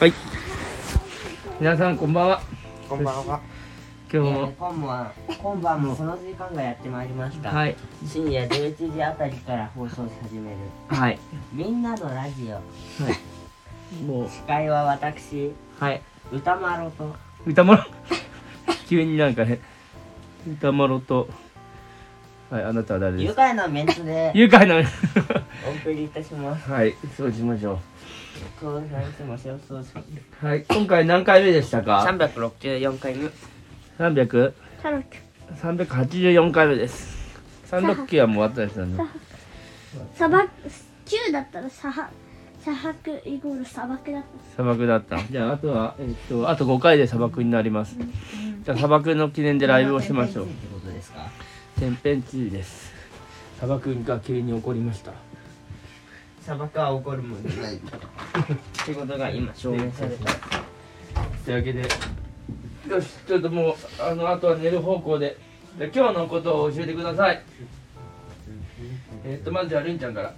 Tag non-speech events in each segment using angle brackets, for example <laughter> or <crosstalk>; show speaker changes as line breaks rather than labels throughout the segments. はい。皆さんこんばんは。
こんばんは。
今日
えー
も、
今晩今晩もその時間がやってまいりました、
はい
深夜11時あたりから放送し始める
はい
みんなのラジ
はい。もう
オ司会は私
はい
歌丸と
歌まろ <laughs> 急になんかね歌まろとはいあなたは誰で
愉
すか。
快なメンツ <laughs> で
愉快なは
お送りいたします
いそうしましょ
こうさんいつも幸せそうです
う。はい今回何回目でしたか。
364回目
三百
タロッ
三百八十四回目です。三六九はもう終わったですよね。
砂漠9だったら砂漠砂漠イコール砂漠だっ
砂漠だった。じゃああとはえっとあと五回で砂漠になります。じゃあ砂漠の記念でライブをしましょう
っ。てことですか
天変地異です砂漠が急に起こりました
砂漠は怒るもんじゃないってことが今証明された
というわけでよしちょっともうあのあとは寝る方向でじゃあ今日のことを教えてくださいえっとまずじゃあるんちゃんから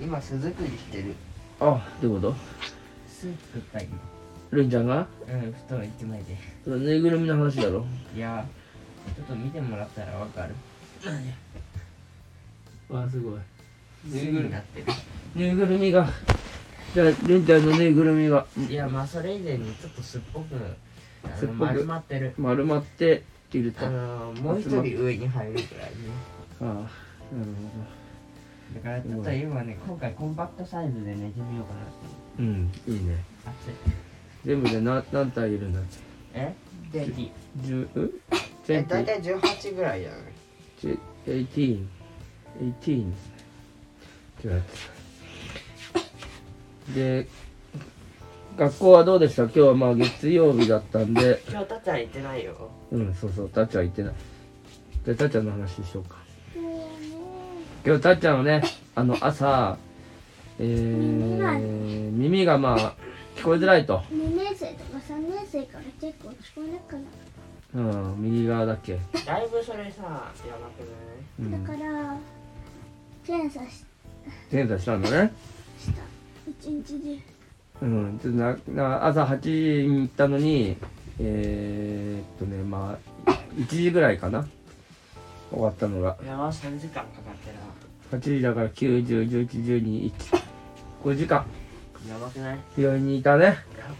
今巣作りしてる
あどういうこ
スープ作った今
とるんちゃんが
うん布団一枚で
そのぬいぐるみの話だろ
いやちょっと見てもらったらわかる
わあすごい
ぬいぐるみになってる
ぬいぐるみがじゃあるんちゃんのぬいぐるみが
いやまあそれ以前にちょっとすっぽくあの
すっぽく
丸まってる
丸まっていると
あ
あ
のもう一人上に入るくらいね
あなるほ
だからちょっと今ね今回コンパクトサイズで寝てみようかなって
どうんいいね
熱い
全部でな何体いるんだっけ
えで
10ん
え
全部
大体18ぐらいじゃない
18 18ですねで学校はどうでした今日はまあ月曜日だったんで
今日たっちゃん行ってないよ
うんそうそうたっちゃん行ってないじゃあたっちゃんの話しようか
た
今日たっちゃんはねあの朝え
耳が
ー、耳がまあ聞こえづらいと、
2年生とか3年生から結構聞こえなくなっ
うん、右側だっけ、
だいぶそれさやばくない
うん
た、から検査し
検査したんだね
した一日中
うん、ちょっとなな朝8時に行ったのに、えー、っとね、まあ、1時ぐらいかな、終わったのが。
俺は3時間かかって
8時だから9、10、11、12、1、5時間、
なやばくない
病院にいたね。
だ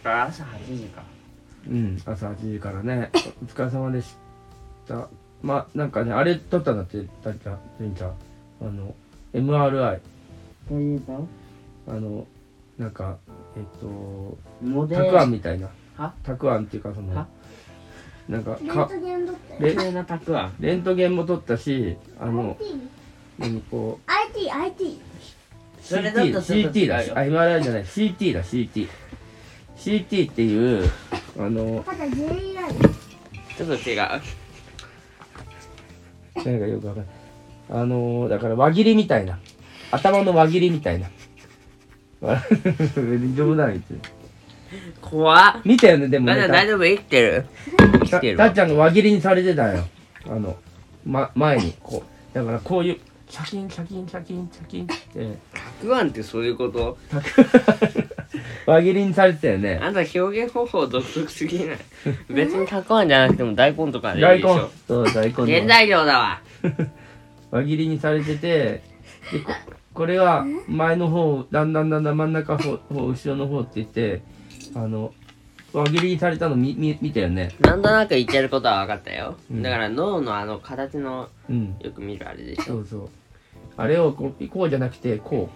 から朝8時か
うん、朝8時からね、お疲れ様でした。まあ、なんかね、あれ撮ったんだって、たっちゃん、りんちゃん、あの、MRI、
というと
あの、なんか、えっと、
モデ
た
ル
くあんみたいな
は、
たくあんっていうか、その
は、
なんか、
レ
か
ントゲンだったよ
レ
なたくあん
レントゲンも撮ったし、あの、
IT?IT?IT?
何こう、
それだと
CT だ
ちょっと違う
CT
よ
だし、あ、MRI じゃない、CT だ、CT。CT っていう、あの、
まだ J 以来
ちょっと違う
なんかよくわかんない。あの、だから輪切りみたいな。頭の輪切りみたいな。 <laughs> あ冗談言ってる
怖っ
見たよね、でも
ま
ね
だ。大丈夫生きてる生き
た
てる
たっちゃんが輪切りにされてたんよ。あの、ま、前に、こう。だからこういう、シャキン、シャキン、シャキン、シャキンって、 <laughs>
たくあんってそういうこと
輪切りにされてたよね。
あんた表現方法独特すぎ
<laughs>
ない別にたくあんじゃなくても大根とかでい
大
い
根
でしょ。
そう、大根の。
原材料だわ
輪切りにされててでここれは前の方だんだんだんだん真ん中方方後ろの方って言ってあの輪切りにされたの見見見たよね
なんとなく言ってることは分かったよ、
うん
だから脳のあの形の
うん
よく見るあれでし
そ
ょ
うそうあれをこうこうじゃなくてこ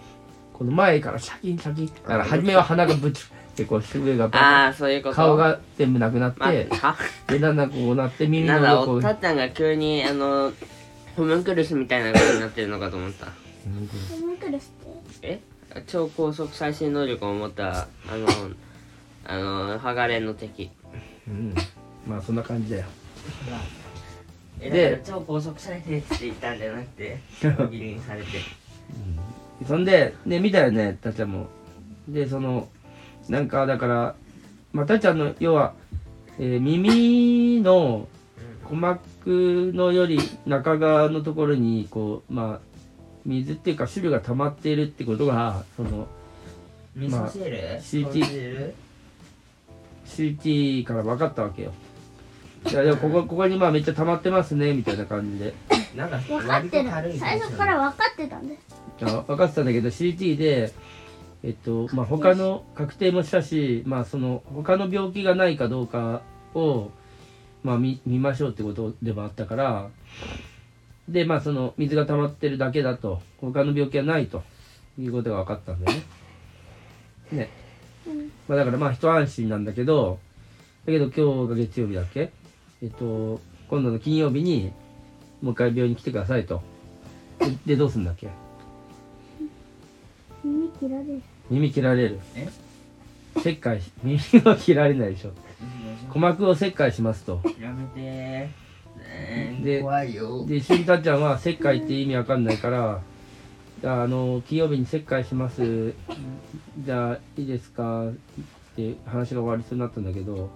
うこの前からシャキンシャキンだから初めは鼻がブチュってこう上がバ
ああそういうこ
ーン
と
顔が全部なくなっ
ま
て
は
でだんだんこうなって耳の
なんだ
方こ
お
う
たっちゃんが急にあのホムンクルスみたいなことになってるのかと思った
うん
ホムクルスって
え超高速再生能力を持ったあのあのハガレンの敵
うんまあそんな感じだよ
え
で
だから超高速再生って言ったんじゃなく <laughs> てギリにされて
そんで、ね、見たよね、たっちゃんも。で、その、なんか、だから、まあ、たっちゃんの、要は、えー耳の鼓膜のより中側のところに、こう、まあ、水っていうか、汁が溜まっているってことが、その、噌
味汁
まあ CT 豚
汁
CT から分かったわけよいやでもここここにまあめっちゃ溜まってますねみたいな感じで
なんか
分かっ
割
て
と
た
軽い
最初から分かってたんです
あ分かってたんだけど CT でえっとまあ他の確定もしたしまあその他の病気がないかどうかをまあ見見ましょうってことでもあったからでまあその水が溜まってるだけだと他の病気はないということが分かったんだよね。ね。
うん
まあだからまあ一安心なんだけどだけど今日が月曜日だっけえっと今度の金曜日にもう一回病院に来てくださいと。ででどうすんだっけ
耳切られる
耳切られる
え
切開し <laughs> 耳は切られないでしょ鼓膜を切開しますと
やめてーねー
で
怖いよ
で一緒にたっちゃんは切開って意味わかんないからじゃああの金曜日に切開しますじゃあいいですかって話が終わりそうになったんだけど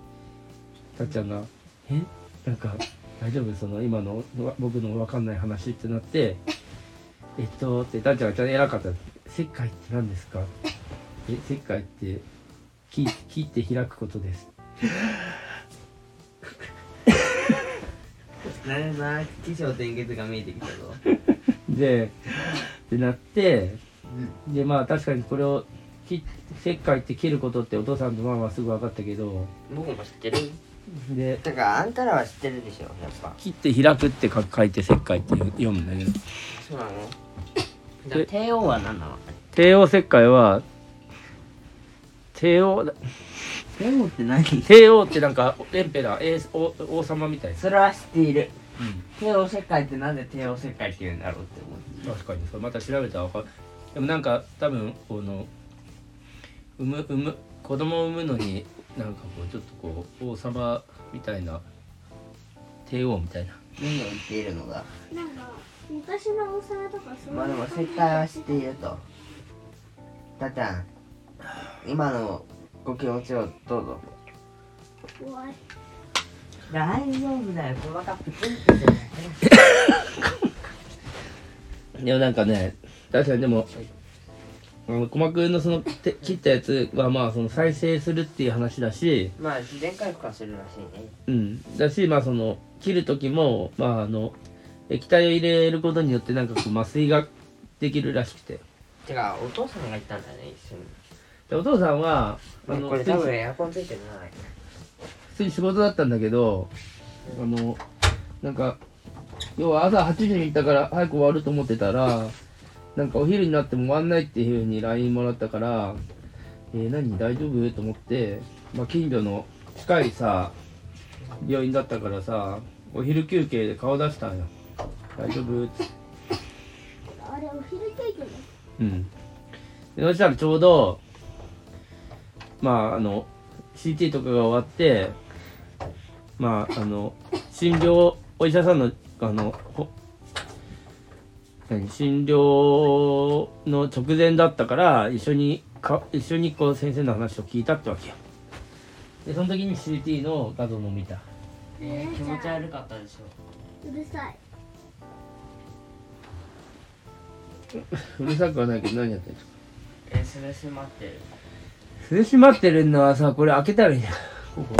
たっちゃんが「えなんか大丈夫その今のわ僕のわかんない話」ってなって「えっと」ってたっちゃんがちゃんと偉かった「切開って何ですか?」え「切開って切切って開くことです」
なんだ起承転結が見えてきたぞ
で、ってなって、で、まあ確かにこれを切、切開って切ることってお父さんとママはすぐ分かったけど、
僕も知ってる
で、
だからあんたらは知ってるでしょやっぱ
切って開くって書書いて切開って読むんだけど、
そうなのじゃあ帝王は何なの
帝王切開は、帝王、
でもって何
帝王ってなんかエンペラー、え王王様みたいな。
それは知っている、帝王世界ってなんで帝王世界って言うんだろうって思って
確かにそうまた調べたら分かるでもなんか多分この産む産む子供を産むのになんかこうちょっとこう王様みたいな帝王みたいな
何を言っているのだ
なんか昔の王様とかそういう
まあでも世界は知っているとたっちゃん今のご気持ちをどうぞ
怖い
大丈夫だよ細かくついてる
でもなんかね確かにでも、あの鼓膜のそのて切ったやつはまあその再生するっていう話だし
まあ自然回復はするらしいね
うんだしまあその切る時もまああの液体を入れることによってなんかこう麻酔ができるらしくて
てかお父さんが言ったんだよね一緒
でお父さんはあ
に、
の
ね、これ多分エアコンついてるな
普通に仕事だったんだけどあのなんか要は朝8時に行ったから早く終わると思ってたらなんかお昼になっても終わんないっていうふうに LINE もらったから「えー何大丈夫?」と思って、まあ、近所の近いさ病院だったからさお昼休憩で顔出したんよ「大丈夫?」って
あれお昼休憩です
うんでそしたらちょうどまああの CT とかが終わってまああの診療お医者さんのあのほ何診療の直前だったから一緒にか一緒にこう先生の話を聞いたってわけよでその時に CT の画像も見た
えー気持ち
悪かったでしょ
うるさいう
るさくはないけど何や <laughs> ってんの
えー、それ迫ってる
涼しまってるのはさこれ開けたらいいじゃんここ